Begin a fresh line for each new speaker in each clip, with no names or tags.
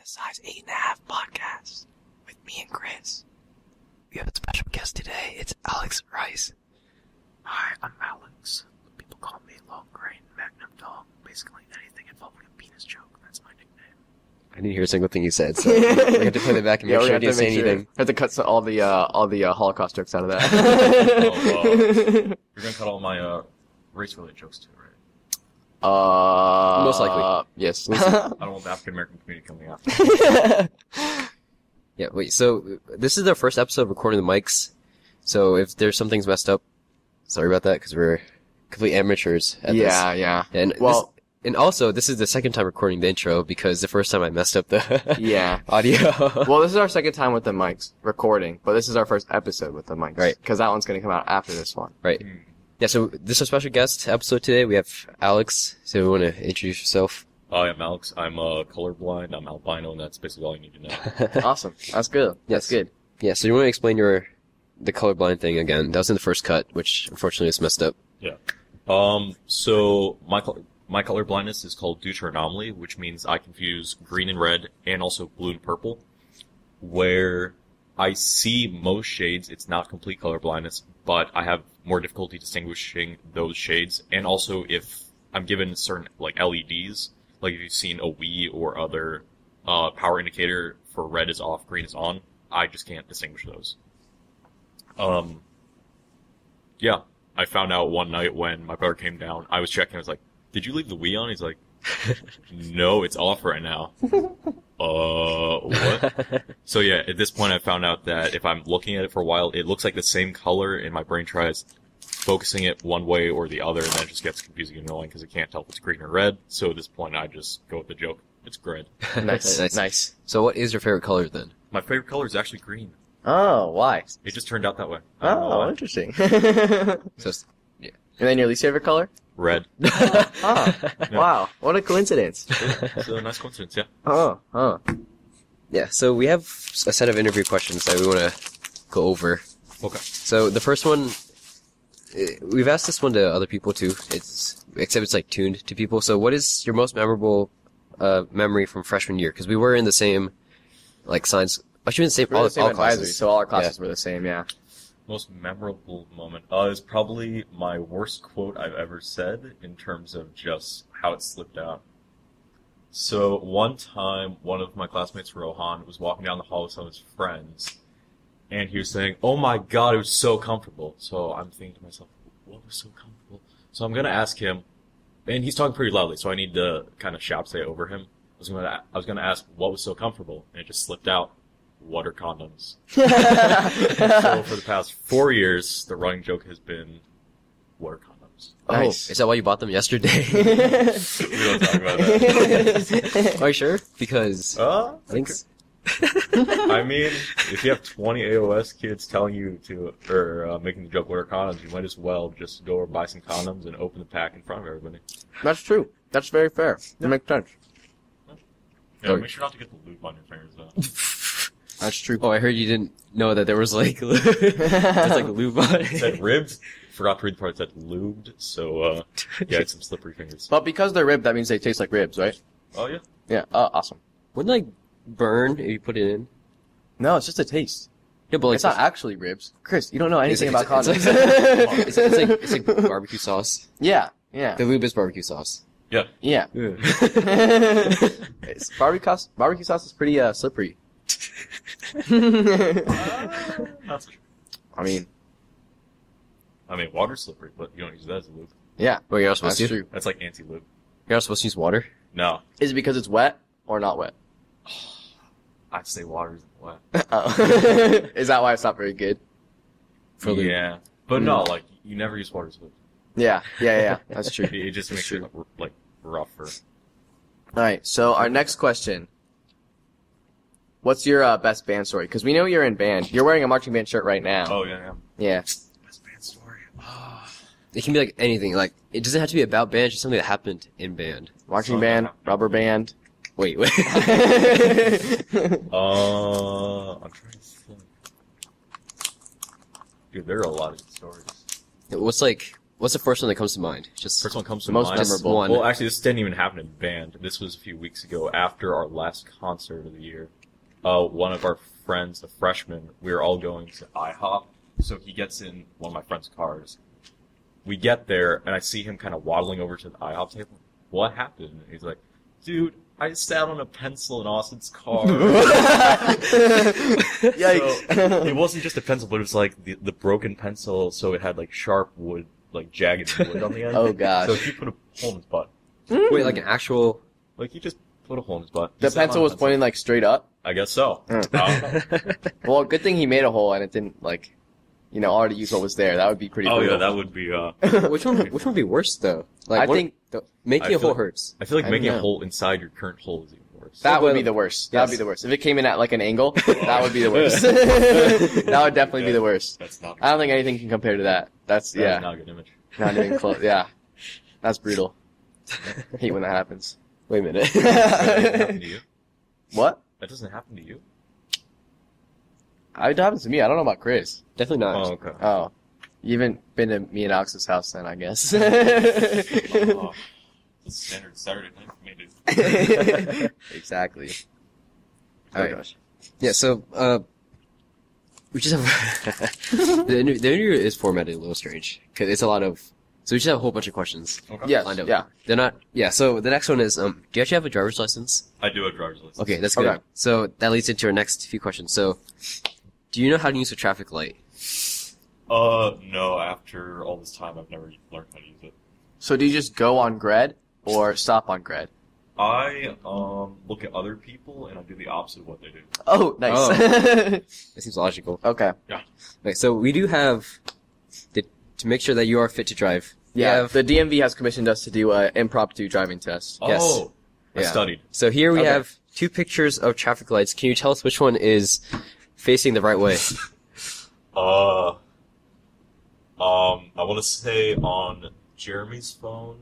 the Size Eight and a Half podcast with me and Chris. We have a special guest today. It's Alex Rice.
Hi, I'm Alex. People call me Long Grain Magnum Dog. Basically, anything involving a penis joke, that's my nickname.
I didn't hear a single thing you said, so we have to play that back and
Yeah,
make
we
sure I
have to
didn't say
make sure.
anything.
We have to cut so- all the uh, all the uh, Holocaust jokes out of that.
You're gonna cut all my uh, race-related jokes too, right?
uh,
Most likely.
yes.
I don't want the African American community coming after. me.
Yeah, wait, so uh, this is the first episode of recording the mics, so if there's something's messed up, sorry about that, because we're complete amateurs at
yeah, yeah,
this. And
Well-
this, and also, this is the second time recording the intro, because the first time I messed up the
yeah.
audio.
Well, this is our second time with the mics recording, but this is our first episode with the mics,
Right.
Because that one's going to come out after this one.
right.
Hmm.
Yeah, so this is a special guest episode today. We have Alex, so we want to introduce yourself.
Hi, I'm Alex. I'm uh, colorblind. I'm albino, and that's basically all you need to know.
awesome. That's good.
Yes.
That's good.
Yeah, so you want to explain your the colorblind thing again. That was in the first cut, which unfortunately is messed up.
Um, so my col- my color blindness is called due to anomaly, which means I confuse green and red, and also blue and purple. Where I see most shades, it's not complete color blindness, but I have more difficulty distinguishing those shades. And also, if I'm given certain like LEDs, like if you've seen a Wii or other uh, power indicator for red is off, green is on, I just can't distinguish those. Um, yeah, I found out one night when my brother came down. I was checking. I was like, "Did you leave the Wii on?" He's like, "No, it's off right now." uh, what? so yeah, at this point, I found out that if I'm looking at it for a while, it looks like the same color, and my brain tries focusing it one way or the other, and that just gets confusing and annoying because it can't tell if it's green or red. So at this point, I just go with the joke. It's red.
Nice.
Nice.
nice.
So what is your favorite color then?
My favorite color is actually green.
Oh, why?
It just turned out that way. I don't know
Oh,
why.
interesting. and
So it's-
then your least favorite color?
red.
Ah,
No.
wow. What a coincidence.
So nice coincidence. Yeah.
Oh, oh.
yeah, so we have a set of interview questions that we want to go over.
Okay.
So the first one, eh, we've asked this one to other people too. It's except it's like tuned to people. So what is your most memorable uh, memory from freshman year? Because we were in the same like science. Actually, in the same
We're
all,
the same
all
advisory,
classes.
so all our classes were the same. Yeah.
Most memorable moment uh, is probably my worst quote I've ever said in terms of just how it slipped out. So one time, one of my classmates, Rohan, was walking down the hall with some of his friends, and he was saying, "Oh my God, it was so comfortable." So I'm thinking to myself, "What was so comfortable?" So I'm gonna ask him, and he's talking pretty loudly, so I need to kind of shout say it over him. I was gonna, I was gonna ask, "What was so comfortable?" and it just slipped out. What are condoms? so for the past four years, the running joke has been water condoms.
Oh,
Nice.
is that why you bought them yesterday?
we
We don't talk about that.
Are you sure? Because
Uh,
I think s-
I mean, if you have 20 AOS kids telling you to, or uh, making the joke, what are condoms, you might as well just go buy some condoms and open the pack in front of everybody.
That's true. That's very fair. That makes sense.
Yeah, make sure not to get the lube on your fingers, though.
That's true.
oh, I heard you didn't know that there was like there's like lube on
It
it.
said ribbed. Forgot to read the part that said lubed, so, uh, yeah, it's some slippery fingers.
But because they're ribbed, that means they taste like ribs, right?
Oh, yeah.
Yeah. Uh, awesome.
Wouldn't like burn if you put it in?
No, it's just a taste.
Yeah, but like
it's not actually ribs. Chris, you don't know
It's
anything
like-
about
it's
condoms.
it's, it's like it's like barbecue sauce.
yeah, yeah,
The lube is barbecue sauce.
Yeah.
yeah. it's barbecue sauce. Barbecue sauce is pretty uh, slippery. I
That's true.
mean,
I mean, water's slippery, but you don't use that as a lube.
yeah,
Well, you're not
that's
supposed to.
true.
That's like anti-lube.
You're not supposed to use water.
No,
Is it because it's wet or not wet?
I'd say water isn't wet.
Oh. is that why it's not very good?
For lube.
Yeah, but no, like you never use water as lube.
Yeah, yeah, yeah. That's true.
It, it just makes it like, r- like rougher.
All right. So our next question. What's your uh, best band story? Because we know you're in band. You're wearing a marching band shirt right now.
Oh yeah, yeah.
Yeah.
Best band story.
It can be like anything. Like it doesn't have to be about band. It's just something that happened in band.
Marching
Sorry,
band,
I'm not-
rubber band.
Wait, wait.
Uh, I'm trying to think. Dude, there are a lot of good stories.
What's like What's the first one that comes to mind? Just
First one comes to
Most
mind.
just
memorable.
one.
Well, actually, this didn't even happen in band. This was a few weeks ago after our last concert of the year. Uh, one of our friends, a freshman, we were all going to IHOP, so he gets in one of my friend's cars. We get there, and I see him kind of waddling over to the IHOP table. What happened? And he's like, dude, I sat on a pencil in Austin's car.
Yikes.
it wasn't just a pencil, but it was like the, the broken pencil, so it had like sharp wood, like jagged wood on the end.
oh
So
gosh.
he put a hole in his butt.
Wait, like an actual.
Like he just put a hole in his butt. He
The
sat on
pencil
a
was pointing like straight up.
I guess so.
Mm.
I don't know.
Well, good thing he made a hole and it didn't like, you know, already use what was there. That would be pretty.
oh yeah,
brutal.
that would be. Uh,
Which one? Which one would be worse though? Like
I
what-
think th-
I
making a
feel
hole
like-
hurts.
I feel like
I don't
making a
know.
hole inside your current hole is even worse.
that would
well,
be the worst. That would be
yes.
the worst. If it came in at like an angle, that would be the worst. that would definitely be the worst.
that's not.
I don't think anything can compare to that. That's
that is
yeah,
not a good image.
not even close. Yeah, that's brutal. Hate when that happens.
Wait a minute.
That doesn't happen to you.
What?
That doesn't happen to you.
It happens to me. I don't know about Chris.
Definitely not.
Oh okay.
Oh, you haven't been to me and Alex's house then, I guess.
Oh, it's standard Saturday night for me, dude.
exactly. All right.
Yeah. So uh, we just have the inter- the interview is formatted a little strange because it's a lot of. So we just have a whole bunch of questions.
Okay.
Yes.
lined up.
Yeah.
They're not. Yeah. So the next one is, um, do you actually have a driver's license?
I do have driver's license.
Okay, that's good.
Okay.
So that leads into our next few questions. So, do you know how to use a traffic light?
Uh, no. After all this time, I've never learned how to use it.
So do you just go on Gred or stop on Gred?
I um look at other people and I do the opposite of what they do.
Oh, nice.
It seems logical.
okay.
Okay, so we do have the, to make sure that you are fit to drive. we
Yeah.
have-
The DMV has commissioned us to do an impromptu driving test.
Yes.
Oh, I
Yeah.
studied.
so here we
Okay.
have two pictures of traffic lights. Can you tell us which one is facing the right way?
Uh, um, I want to say on Jeremy's phone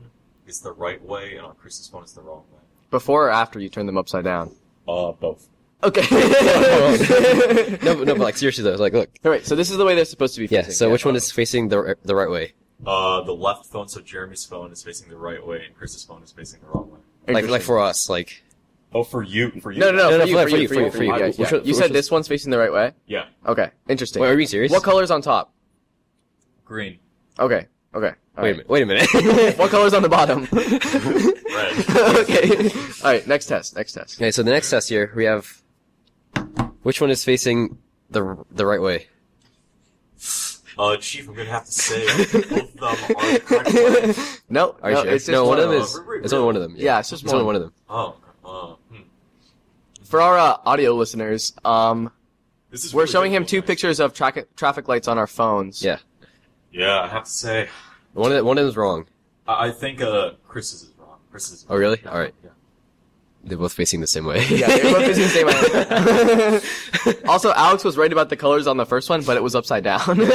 it's the right way, and on Chris's phone it's the wrong way.
Before or after you turn them upside down?
Uh, both.
Okay.
no, but, no, but like seriously though, like look.
All right. So this is the way they're supposed to be.
Yeah.
facing.
So which one is facing the r- the right way?
Uh, the left phone, so Jeremy's phone is facing the right way, and Chris's phone is facing the wrong way.
Like like
Interesting.
for us, like
Oh, for you, for you.
No, no,
No,
no,
no,
for, you, for you, for you, for you.
for
yeah,
you.
yeah.
Which one-
You
which
said
one's-
this one's facing the right way?
Yeah,
Okay, interesting.
wait, are we serious?
what color's on top?
green,
Okay, okay. all
Wait a
right.
minute. Wait a minute.
What color's on the bottom?
red.
okay. All right, next test, next test.
okay. So the next test here we have which one is facing the r- the right way?
Uh, Chief, I'm gonna have to say both of them are the correct way.
No,
Are you
no,
sure?
it's just
no, one, of them
of
is.
them. Really?
It's only one of them.
Yeah, it's just
It's only
one.
one of them.
Oh, uh, hmm.
For our uh, audio listeners, um,
This is
we're
really
showing him two
difficult, man.
pictures of tra- traffic lights on our phones.
Yeah.
Yeah, I have to say,
One of the, one of them's wrong.
I, I think uh, Chris's is wrong. Chris's. Is
Oh, really?
Yeah,
All right.
Yeah.
They're both facing the same way.
Yeah, they're both facing the same way. also, Alex was right about the colors on the first one, but it was upside down.
We're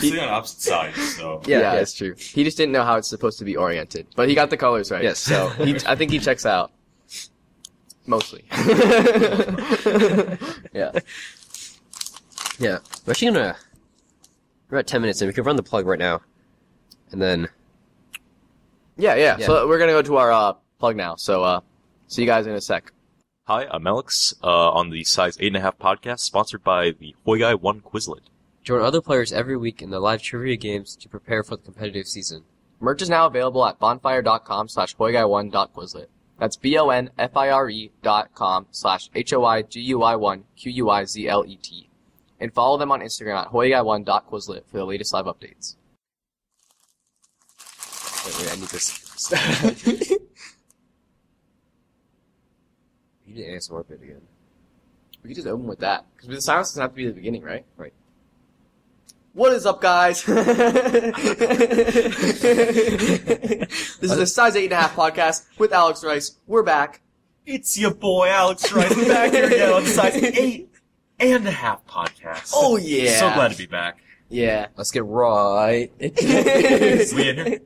sitting on opposite sides, so.
Yeah,
Yeah, yeah.
it's true. He just didn't know how it's supposed to be oriented, but he got the colors right.
Yes.
so he, I think he checks out mostly. yeah.
yeah. We're actually gonna. We're at ten minutes, and we can run the plug right now, and then
yeah, yeah,
Yeah.
So we're gonna go to our uh, plug now. So uh, see you guys in a sec.
Hi, I'm Alex uh, on the Size 8.5 podcast, sponsored by the Hoi Guy 1 Quizlet.
join other players every week in the live trivia games to prepare for the competitive season.
Merch is now available at bonfire.com slash hoyguy1 dot quizlet. That's b o n f i r e dot com slash h o i g u i one q u i z l e t, and follow them on Instagram at hoyguy1 dot quizlet for the latest live updates.
Wait, wait, I need this. you need ASMR bit again.
We could just open with that. Because the silence doesn't have to be the beginning, right?
Right.
What is up, guys? this is the Size 8.5 podcast with Alex Rice. We're back.
It's your boy Alex Rice back here again on the Size 8 and a Half podcast.
Oh, yeah.
So glad to be back.
Yeah.
Let's get right.
We in here? We in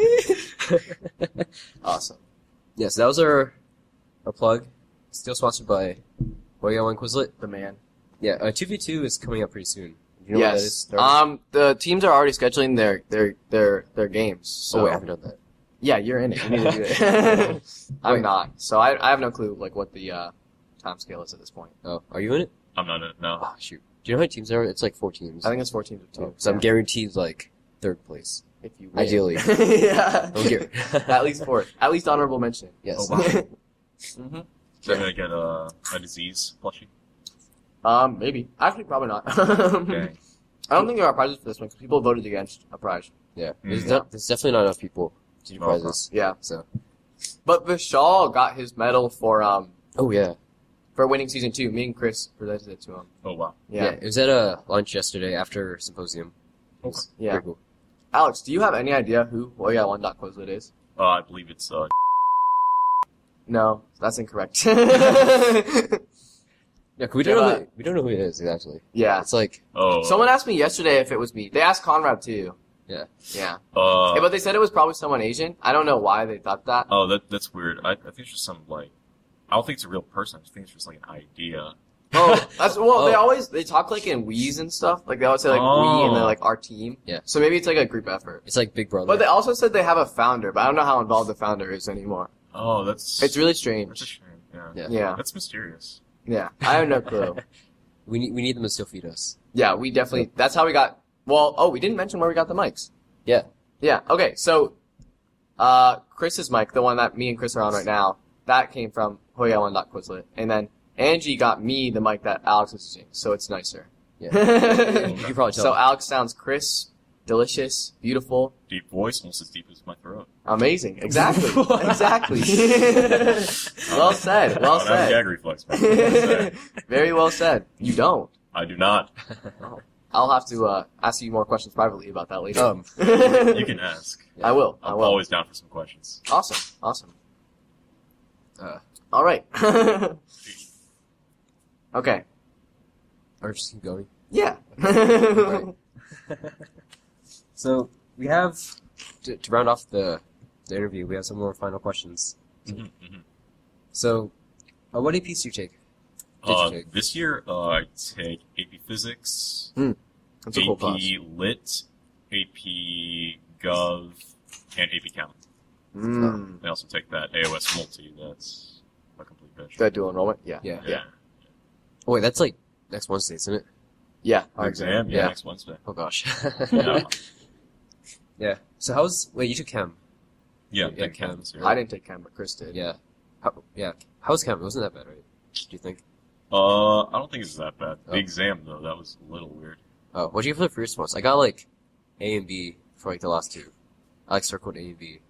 here?
awesome.
yeah, so that was our our plug. Still sponsored by Boy One Quizlet.
The man.
uh, Yeah, two v two is coming up pretty soon. Do you know what that is,
yes.
Darby?
Um, the teams are already scheduling their their their their games. So
oh wait, I haven't done that.
yeah, you're in it. You need to do it. I'm not. So I I have no clue like what the uh, time scale is at this point.
Oh, are you in it?
I'm not in it now.
Oh shoot. Do you know how many teams there are? It's like four teams.
I think it's four teams of two.
Oh, 'cause I'm guaranteed like third place.
if you
Ideally.
yeah.
I'm guaranteed.
at least four. At least honorable mention.
yes.
Oh, wow.
hmm
Did I get a, a disease plushie?
Um, maybe. Actually, probably not. Mm-hmm.
Dang.
I don't think there are prizes for this one because people voted against a prize.
Yeah.
Mm-hmm.
Hmm.
There's, not, there's definitely not enough people to do
Oh,
No,
prizes.
Yeah.
So.
But Vishal got his medal for um
Oh yeah.
for winning season two. Me and Chris presented it to him.
Oh wow.
yeah.
Yeah.
It was at a lunch yesterday after symposium. It was
Yeah.
pretty cool.
Alex, do you have any idea who Oya One Dot Quizlet is?
Uh, I believe it's uh.
No, that's incorrect. yeah.
Yeah, 'cause we
Yeah,
don't know
but-
who, we don't know who it is exactly. It's like
Oh.
Someone asked me yesterday if it was me. They asked Conrad too.
Yeah.
Yeah.
Uh,
Yeah, but they said it was probably someone Asian. I don't know why they thought that.
oh, that that's weird. I, I think it's just some like. I don't think it's a real person. I just think it's just like an idea.
Oh, that's well. They
Oh.
always they talk like in we's and stuff. Like they always say like we and
Oh.
they're like our team.
Yeah.
So maybe it's like a group effort.
it's like Big Brother.
But they also said they have a founder, but I don't know how involved the founder is anymore.
Oh, that's
It's really
that's a
strange.
shame. Yeah.
Yeah.
Yeah.
That's mysterious.
Yeah. I have no clue.
we need we need them to still feed us.
Yeah, we definitely. That's how we got. Well, oh, we didn't mention where we got the mics.
Yeah.
Yeah. Okay. So, uh, Chris's mic, the one that me and Chris are on right now, that came from Hoya One Dot Quizlet, and then Angie got me the mic that Alex is using, so it's nicer.
Yeah.
Yeah.
You can probably tell.
so Alex sounds crisp, delicious, beautiful,
Deep voice, almost as deep as my throat.
amazing. Exactly. exactly. well said. Well
I don't have a
said.
gag reflex. man. What can I say?
Very well said. You don't.
I do not.
I'll have to uh, ask you more questions privately about that later.
um,
You can ask.
I will. I
I'm
will.
always down for some questions.
Awesome. Awesome.
Uh.
All right. okay.
or just keep going.
Yeah.
Right. so we have to, to round off the, the interview. We have some more final questions.
Mm-hmm,
Mhm, mhm.
So, uh, what APs do you take? Did you
Uh,
take?
this year, uh, I take AP Physics,
That's a
AP
cool class.
Lit, AP Gov, and AP Count.
Mm.
I also take that AOS Multi. That's a complete bitch.
That dual enrollment? Yeah.
Yeah.
yeah.
Oh wait, that's like next Wednesday, isn't it?
Yeah.
Our exam, yeah, next Wednesday.
Oh gosh.
Yeah,
yeah. So how's wait? You took chem.
yeah,
Yeah,
that
Cam.
counts.
I
Yeah.
didn't take chem, but Chris did.
Yeah. How, yeah. How's chem? It wasn't that bad, right? Do you think?
Uh, I don't think it's that bad.
Oh.
The exam though, that was a little weird.
Oh, what'd you get for the first ones? I got like A and B for like the last two. I like circled A and B.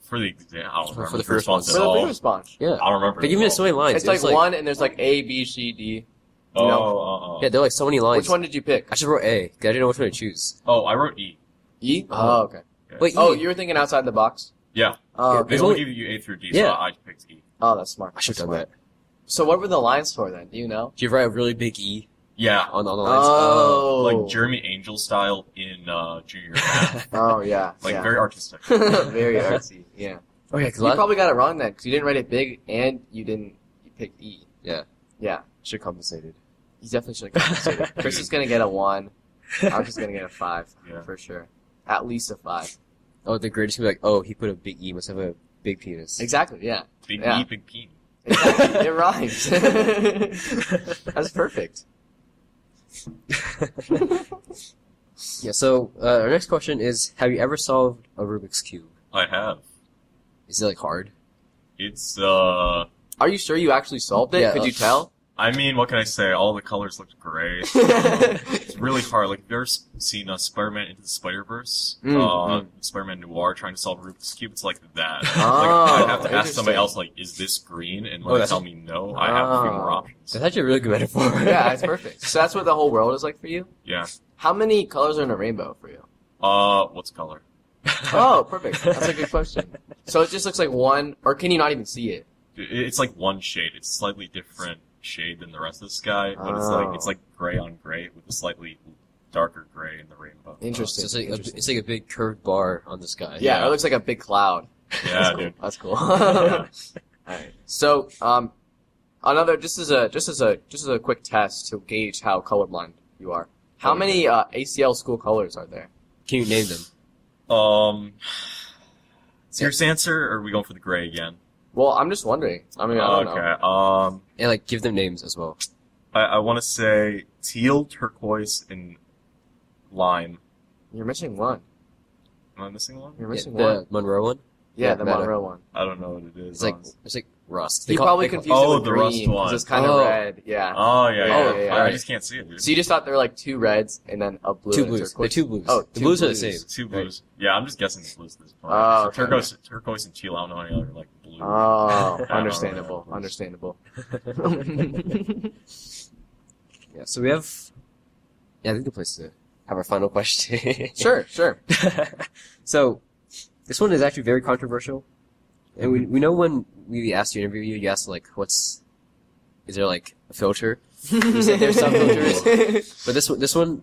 For the exam, I don't
For-
remember
for the first
response
one.
For
at
the
all.
big response.
Yeah.
I don't remember.
They
it
give me
at
so
all.
many lines.
It's
It was
like, one, and there's like A, B, C, D.
Oh,
you know?
oh, oh.
Yeah, there were like so many lines.
Which one did you pick?
I should wrote A. 'cause I didn't know which one to choose.
oh, I wrote E.
E? Oh,
Oh.
okay.
Wait,
Oh,
E.
you were thinking outside the box?
Yeah,
Oh,
Yeah,
okay.
they
There's
only
only-
give you A through D,
Yeah.
so I picked E.
oh that's smart.
I should have
That's
done that.
smart. So what were the lines for then? Do you know?
Did you write a really big E
Yeah,
on, on the lines?
Oh.
like Jeremy Angel style in uh, junior math.
Oh, yeah.
like
yeah.
very artistic.
very artsy. Yeah.
Oh, yeah, because
You probably got it wrong then, because you didn't write it big and you didn't you picked E.
Yeah.
Yeah.
should have compensated.
You definitely should have compensated. Chris is gonna get a one. I'm just gonna get a five
Yeah.
for sure. At least a five.
Oh, the grader's gonna be like, oh, he put a big E, must have a big penis.
Exactly. Yeah.
Big
Yeah.
E, big P.
Exactly. it rhymes. That's perfect.
yeah, so uh, our next question is Have you ever solved a Rubik's Cube?
I have.
Is it like hard?
It's uh.
Are you sure you actually solved it?
Yeah,
Could
uh,
you tell?
I mean, what can I say? All the colors looked gray. it's really hard. Like, have you ever s- seen uh, Spider-Man Into the Spider-Verse?
Mm,
uh, Spider-Man Noir trying to solve Rubik's Cube. It's like that.
Oh,
like, I have to ask
interesting.
somebody else, like, is this green? And
Oh,
when they
that's-
tell me no, I have a few
Oh.
more options.
That's actually a really good metaphor.
yeah, it's perfect. So that's what the whole world is like for you.
Yeah.
How many colors are in a rainbow for you?
Uh, what's color?
Oh, perfect. That's a good question. So it just looks like one, or can you not even see it?
I- It's like one shade. It's slightly different shade than the rest of the sky, but it's
Oh.
like it's like gray on gray with a slightly darker gray in the rainbow.
Interesting.
So it's, like a,
Interesting.
it's like a big curved bar on the sky.
Yeah,
Yeah.
it looks like a big cloud.
Yeah, dude.
That's cool.
Yeah.
so, um, another just as a just as a just as a quick test to gauge how colorblind You are. How
Okay.
many uh, ACL school colors are there?
Can you name them?
Um, serious answer, or are we going for the gray again?
Well, I'm just wondering. I mean, I don't know.
okay. Um,
And like give them names as well.
I, I want to say teal, turquoise, and lime.
You're missing one.
Am I missing one?
You're
Yeah,
missing one.
the Monroe one.
Yeah,
yeah,
the
that-
Monroe one.
I don't know what it is.
It's like
honestly.
it's like rust.
You
call-
probably
call-
confused it
Oh,
with
the
green,
rust
'cause
one.
It's kind of
Oh.
red. Yeah.
oh yeah, yeah,
Oh,
yeah.
yeah,
I
right.
just can't see it. Dude.
So you just thought there were like two reds and then a blue.
two
and a
blues. The
turquoise.
two blues.
Oh,
the
two
blues, are the
blues.
same.
two
Right.
blues. Yeah, I'm just guessing it's blues at this point.
Oh, okay.
turquoise, turquoise, and teal. I don't know any other like blue.
Oh,
don't know.
understandable. Understandable.
Yeah. So we have. Yeah, I think the place to have our final question.
sure, sure.
so, this one is actually very controversial, and we we know when we asked you to interview you, you asked like, "What's is there like a filter?" said there's some filters. But this one, this one,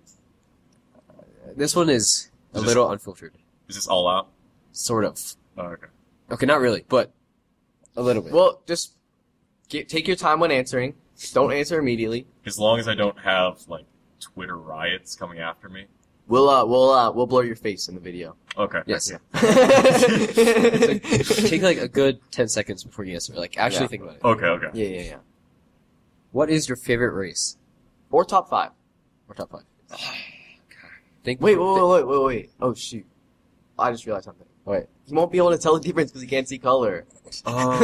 uh, this one is a
Just-
little unfiltered,
Is this all out?
sort of.
Oh, okay.
Okay, not really, but a little bit.
Well, just get, take your time when answering. Don't answer immediately.
As long as I don't have like Twitter riots coming after me.
We'll uh, we'll uh, we'll blur your face in the video.
Okay.
yes.
yeah.
Take like a good ten seconds before you answer. Like actually
Yeah.
think about it.
Okay. Okay.
yeah, yeah, yeah.
What is your favorite race
Or top five.
or top five? Think.
Wait, wait, wait, wait, wait, wait. Oh shoot! I just realized something.
What?
He won't be able to tell the difference because he can't see color.
Oh.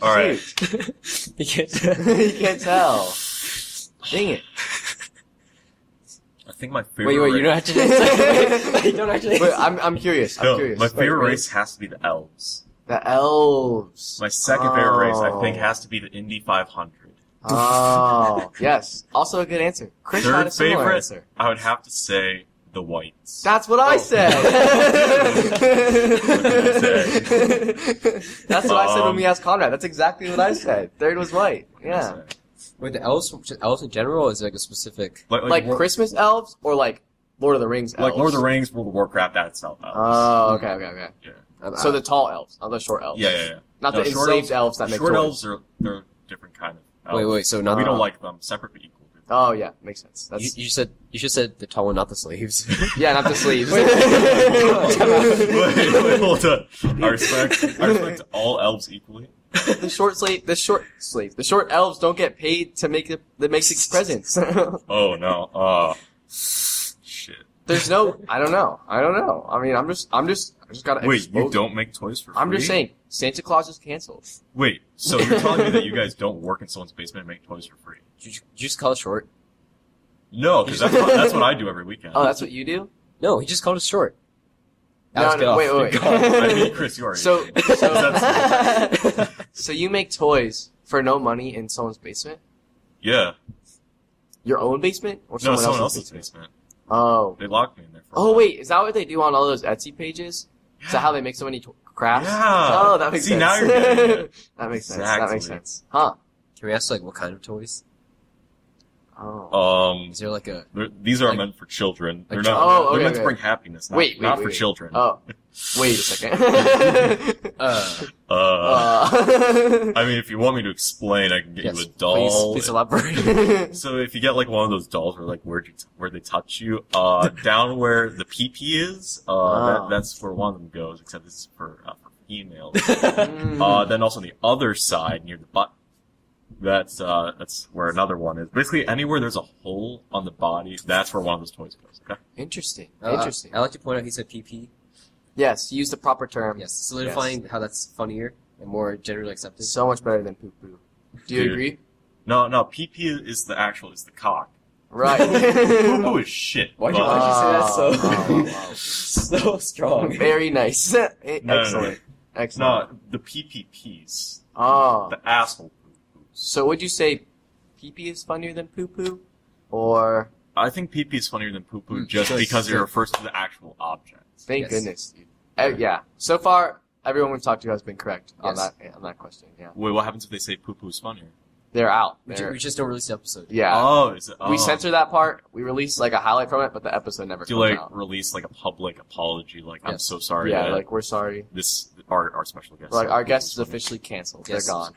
all right.
You can't-
you can't tell. Dang it.
I think my
wait,
favorite.
wait. You
race-
don't have to. you don't actually.
But I'm, I'm curious. I'm
No,
curious.
my
Wait,
favorite
wait.
race has to be the elves.
The elves.
My second favorite race, I think,
Oh.
has to be the Indy 500.
Oh, yes. Also a good answer. Chris
Third
had a similar
favorite.
answer.
I would have to say the whites.
That's what I
Oh.
said. That's what I said when
Um,
we asked Conrad. That's exactly what I said. Third was white. Yeah.
Wait, the elves, just elves in general, or is it, like a specific.
Like,
Like
War-
Christmas elves or like Lord of the Rings elves?
like Lord of the Rings, World of Warcraft, that's not elves.
Oh, okay, okay, okay.
I'm-
So the tall elves, not the short elves.
yeah, yeah, yeah.
Not
No,
the
short
enslaved elves, that make
Short
toys.
elves are they're a different kind of.
wait,
elves.
wait. So not.
We don't
uh,
like them. Separate but equal.
Oh yeah, makes sense.
You,
That's
you said you should said the tall one, not the slaves.
yeah, not the sleeves.
Wait,
wait, wait, hold on. I respect, I respect all elves equally.
the short slave, the short slave, the short elves don't get paid to make the that make the presents.
Oh no. Uh, shit.
There's no, I don't know, I don't know. I mean, I'm just, I'm just, I just gotta.
Wait,
expose
you don't make toys for free?
I'm just saying, Santa Claus is canceled.
Wait, so you're telling me that you guys don't work in someone's basement and make toys for free?
Did you, did you just call it short?
No, because that's, what- that's what I do every weekend.
Oh, that's what you do.
No, he just called it short.
No,
Alex,
no,
get off.
wait, wait, wait.
God, I mean, Chris, you are.
So, so,
That's-
so you make toys for no money in someone's basement,
yeah,
your own basement, or
no,
someone,
someone
else's,
else's basement.
Oh,
They locked me in there. For a
oh
while.
wait, is that what they do on all those Etsy pages? Is that how they make so many to- crafts?
Yeah.
Oh, that makes
See,
sense.
now you're getting it.
that makes sense. That
Exactly.
makes sense. Huh?
Can we ask like what kind of toys?
Oh.
Um,
Is there like a
they're- these are
Like-
meant for children. They're
Like-
not.
Oh,
they're
okay,
meant to
okay.
bring happiness. Not,
Wait, wait,
not for
wait.
children.
Oh, wait a second. Oh,
uh?
Uh,
Uh.
I mean, if you want me to explain, I can get
yes,
you a doll.
Please, please elaborate.
so if you get like one of those dolls where like where you t- where they touch you, uh, down where the pee pee is, uh,
Ah.
that, that's where one of them goes. Except this is for uh, for females.
Mm.
Uh, then also on the other side near the butt, that's uh, that's where another one is. Basically, anywhere there's a hole on the body, that's where one of those toys goes. Okay.
Interesting.
Uh,
Interesting.
I like to point out he said PP.
Yes, use the proper term.
Yes, solidifying how that's funnier and more generally accepted.
So much better than poo poo. Do you
Dude.
agree?
No, no, pee pee is the actual is the cock.
Right.
Poo poo is shit.
Why'd you-
but-
why'd you
Oh,
say that so-
wow, wow,
so
wow.
strong.
Very nice. Eh,
no, no.
Excellent.
It's
Excellent.
not the PPPs.
Oh.
The asshole poo-poos.
So would you say pee pee is funnier than poo poo? Or
I think PP is funnier than poo poo
Mm,
Hmm. just
sure,
because it
sure.
refers to the actual object.
thank
Yes.
goodness, dude. Eh, yeah. So far, everyone we've talked to has been correct on
Yes.
that on that question. Yeah.
Wait, what happens if they say poo poo is funnier?
They're out.
We, ju-
They're-
we just don't release the episode.
yeah.
Oh, is it? Oh.
We censor that part. We release like a highlight from it, but the episode never
Do you,
comes
like
out.
release like a public apology? Like I'm
Yes.
so sorry.
yeah,
that
like we're sorry.
this our our special guest.
Like
said
our
poo-poo
guest
is
is
funny.
officially canceled.
Yes.
They're gone.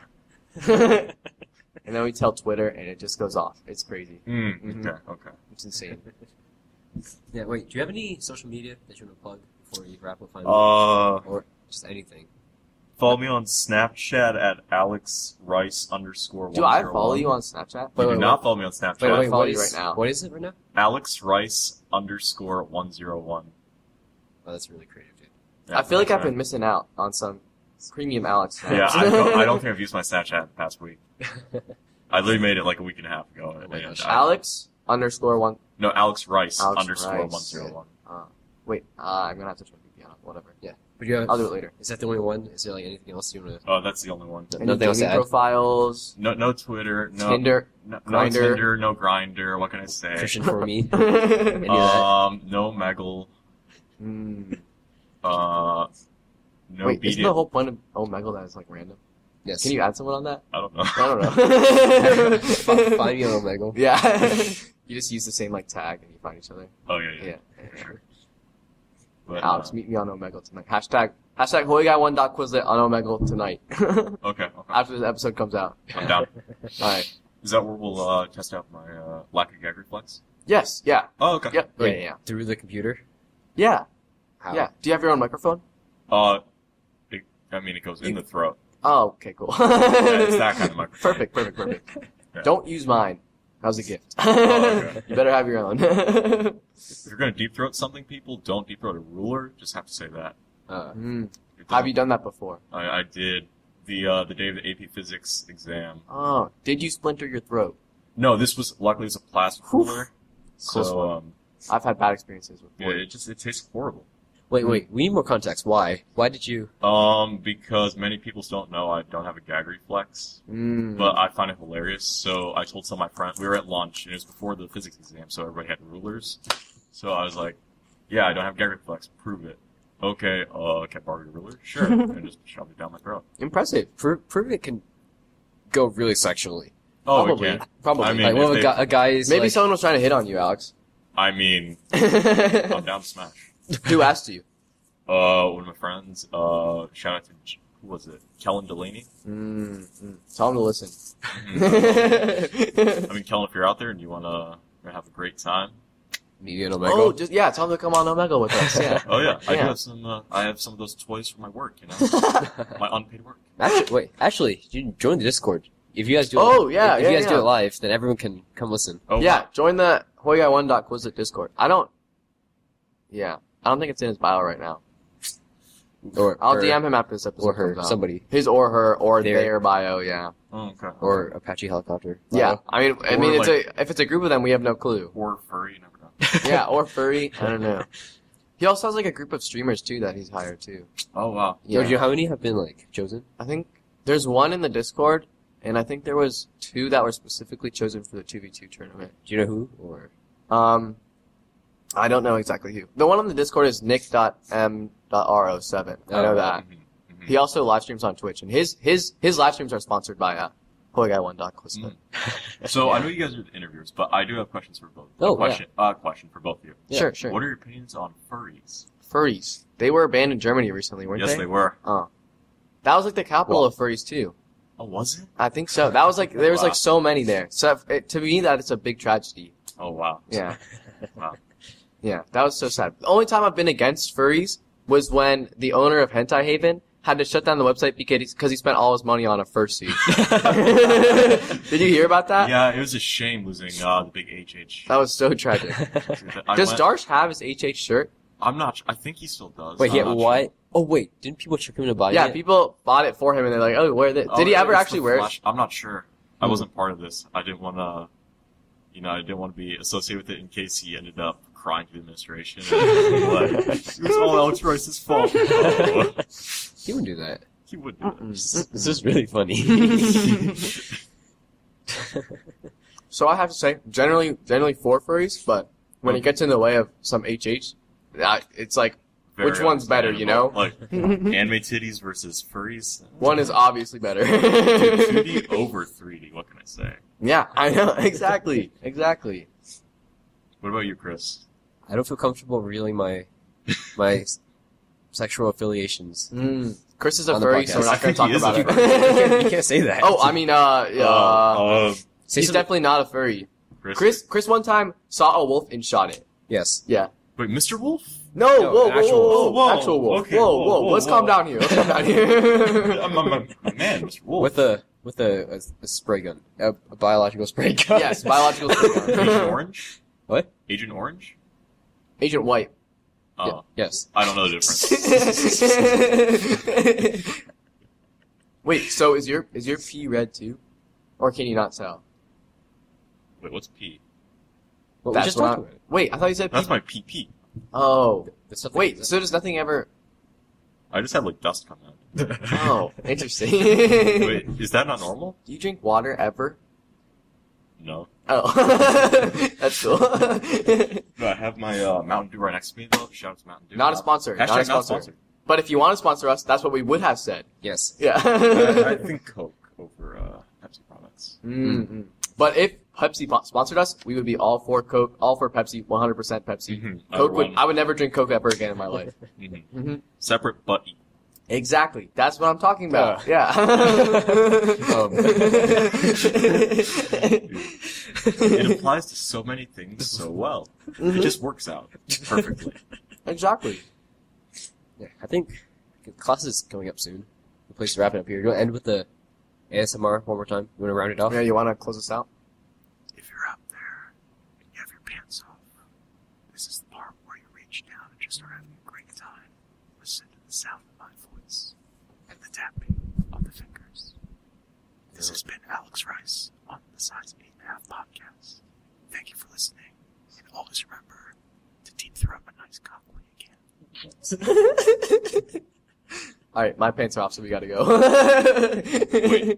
and then we tell Twitter, and it just goes off. It's crazy.
Mm,
Mhm.
Okay, okay.
It's insane.
Yeah, wait, do you have any social media that you want to plug before we wrap up? finally?
Uh,
or just anything?
follow me on Snapchat at Alex Rice underscore.
Do I follow you on Snapchat?
You
Wait,
do
wait,
not
wait.
follow me on Snapchat.
Wait,
what
wait, follow you
is-
right now.
What is it right now?
Alex Rice underscore one zero one.
Oh, that's really creative, dude.
I feel like I've been missing out on some premium Alex. now.
Yeah, I don't, I don't think I've used my Snapchat in the past week. I literally made it like a week and a half ago.
Oh my
and
gosh.
I-
Alex underscore one.
No, Alex Rice
Alex
underscore
Rice.
one zero one.
Uh, wait, uh, I'm gonna have to turn VPN on. Whatever.
But you have,
I'll do it later.
is that the only one? Is there like anything else you want
Oh, that's the only one.
to?
Any
Nothing else to
gaming
add?
profiles.
No, no Twitter, no
Tinder.
no, no
Grindr.
Tinder, no Grinder. What can I say?
Christian for me.
Hmm.
Any of that?
Um, no Meggle.
Mm.
Uh, no
Wait,
beat
isn't
it.
the whole point of oh Omegle that is like random?
Yes.
Can you add someone on that?
I don't know.
I don't know.
Fi- Find me on Omegle.
Yeah. you just use the same like tag and you find each other.
oh yeah, yeah.
Yeah.
Sure. But, uh,
Alex, meet me on Omegle tonight. Hashtag hashtag holyguy1.quizlet on Omegle tonight.
uh, okay, okay.
After this episode comes out.
I'm down.
Alright.
Is that where we'll uh, test out my uh, lack of gag reflex?
Yes, yeah.
Oh, okay.
Yep. Yeah, yeah,
Wait.
yeah.
Through the computer?
Yeah.
How?
yeah. Do you have your own microphone?
Uh, it, I mean, it goes in the throat.
Oh, okay, cool.
Yeah, it's that kind of microphone.
Perfect, perfect, perfect.
Yeah.
Don't use mine. That was a gift.
Oh, okay.
You better have your own.
If you're gonna deep throat something, people don't deep throat a ruler. Just have to say that.
Uh,
Hmm.
It doesn't-
Have you done that before?
I, I did the uh, the day of the AP Physics exam.
Oh, did you splinter your throat?
No, this was luckily it was a plastic
Oof.
ruler,
Close
so um,
I've had bad experiences with
yeah,
wood.
it just it tastes horrible.
Wait, wait. We need more context. Why? Why did you?
Um, because many people don't know I don't have a gag reflex,
Mm.
but I find it hilarious. So I told some of my friends we were at lunch and it was before the physics exam, so everybody had rulers. So I was like, "Yeah, I don't have gag reflex. Prove it." Okay, uh, can I borrow your ruler? Sure, and just shoved it down my throat.
Impressive.
Pro- proving it can go really sexually.
Oh, it
Probably.
can.
Probably.
I mean,
like, well,
if
a,
they-
guy, a guy's
Maybe
like,
someone was trying to hit on you, Alex.
I mean, I'm
Who
down to smash.
asked you?
Uh, one of my friends. Uh, shout out to J- who was it? Kellen Delaney.
Mm. Tell him to listen.
I mean, Kellen, if you're out there and you wanna have a great time,
meet me on Omegle.
oh, just yeah. Tell him to come on Omega with us. Yeah.
oh yeah, I do
Yeah.
have some. Uh, I have some of those toys for my work, you know, my unpaid work.
Actually, wait. Actually, you join the Discord. If you guys do, it-
Oh, yeah,
If you
yeah,
guys do
yeah.
it live, then everyone can come listen.
Oh
yeah. Join the hoyguy1.quizlet Discord. I don't. Yeah. I don't think it's in his bio right now.
Or
I'll
or,
DM him after this episode
or her,
comes out.
somebody,
His or her or
Their-
their, bio. Yeah.
Oh, okay.
or Apache helicopter.
Yeah. I mean, I
Or
mean, it's
like-
a if it's a group of them, we have no clue.
Or furry, you never know.
yeah, or furry. I don't know. He also has like a group of streamers too that he's hired too.
Oh wow.
Yeah.
Yeah,
Do you know how many have been like chosen?
I think there's one in the Discord, and I think there was two that were specifically chosen for the two v two tournament.
Do you know who? Or
Um, I don't know exactly who. The one on the Discord is nick.m.r07. I
Oh,
know that.
Mhm.
He also live streams on Twitch, and his his his live streams are sponsored by uh, HolyGuy1.Quizlet.
Mm. So I know you guys are the interviewers, but I do have questions for both.
Oh,
a question, uh, question for both of you.
Yeah.
Sure, sure.
What are your opinions on furries?
Furries. They were banned in Germany recently, weren't
yes,
they?
they were.
That was like the capital
Wow.
of furries too.
Oh, was it?
I think so. That was like there was
Wow.
like so many there. So it, to me, that it's a big tragedy.
Oh wow.
Yeah.
Wow.
Yeah, that was so sad. The only time I've been against furries was when the owner of Hentai Haven had to shut down the website because he spent all his money on a fursuit. Did you hear about that?
yeah, it was a shame losing uh, the big HH.
Uh, That was so tragic.
I
Does
went-
Darsh have his HH shirt?
I'm not. su- I think he still does.
wait,
I'm
yeah.
not
Why?
sure.
Oh, wait. Didn't people trick him into buying
yeah,
it?
people bought it for him and they're like, oh, wear this.
Oh,
Did he
it-
ever
it's the
actually wear it?
flash- I'm not sure. I wasn't part of this. I didn't want to, you know, I didn't want to be associated with it in case he ended up crying to the administration. and, like, it was all Alex Rice's fault. No,
He wouldn't do that.
he would do that.
This is- this is really funny.
So I have to say, generally, generally for furries, but when it
Okay.
gets in the way of some HH, that, it's like
Very
Which one's better, you know?
Like anime titties versus furries.
one is obviously better.
Dude, 2D over 3D. What can I say?
yeah, I know exactly, exactly.
What about you, Chris?
I don't feel comfortable revealing my my sexual affiliations.
Mm. Chris is a
On the
furry,
podcast.
so we're not going to talk
He is
about
a
it.
furry.
you, can't, you can't say that.
oh, I mean, uh,
Uh,
uh,
uh,
Say
he's
something-
definitely not a furry.
Chris.
Chris, Chris one time saw a wolf and shot it.
yes.
Yeah.
Wait, Mr. Wolf?
No,
No,
whoa,
an
whoa,
actual
whoa,
wolf. Oh,
whoa,
whoa.
actual wolf.
Okay,
whoa,
whoa,
whoa,
whoa,
Let's calm
whoa.
down here. Let's calm down here.
I'm, I'm, I'm- my man, Mr. Wolf.
With a with a, a, a spray gun, a, a biological spray gun.
yes, biological.
Agent
superpower.
Orange?
What?
Agent Orange?
Agent White.
Oh,
yes.
I don't know the difference.
Wait, so is your is your pee red too, or can you not tell?
Wait, what's P?
Well, we
That's
just
what
talked
I-
about it.
Wait, I thought you said pee.
That's my PP.
oh,
There's something-
wait. So does nothing ever?
I just had like dust come out.
Oh, interesting.
Wait, is that not normal?
Do you drink water ever?
No.
Oh, that's cool.
No, I have my uh, Mountain Dew right next to me though. Shout out to Mountain Dew.
not a sponsor.
Hashtag
Not a sponsor. But if you want to sponsor us, that's what we would have said.
yes.
Yeah.
I, I think Coke over uh, Pepsi products.
Mm. But if Pepsi po- sponsored us, we would be all for Coke, all for Pepsi, 100% Pepsi. Coke would, I would never drink Coke ever again in my life. Mhm.
mm-hmm. Separate but equal.
Exactly. That's what I'm talking about.
Uh.
Yeah.
Um.
It applies to so many things so well.
Mm-hmm.
It just works out perfectly.
exactly.
Yeah, I think class is coming up soon. The place is wrapping up here. Do you want to end with the ASMR one more time? You want to round it off?
Yeah, you want to close us out?
If you're up there and you have your pants off, this is the part where you reach down and just start having a great time. Listen to the sound of my voice and the tapping of the fingers. This has been Alex Rice on the Size of Eight and a Half podcast. Thank you for listening, and always remember to deep throat a nice cock when you can.
All right, my pants are off, so we got to go.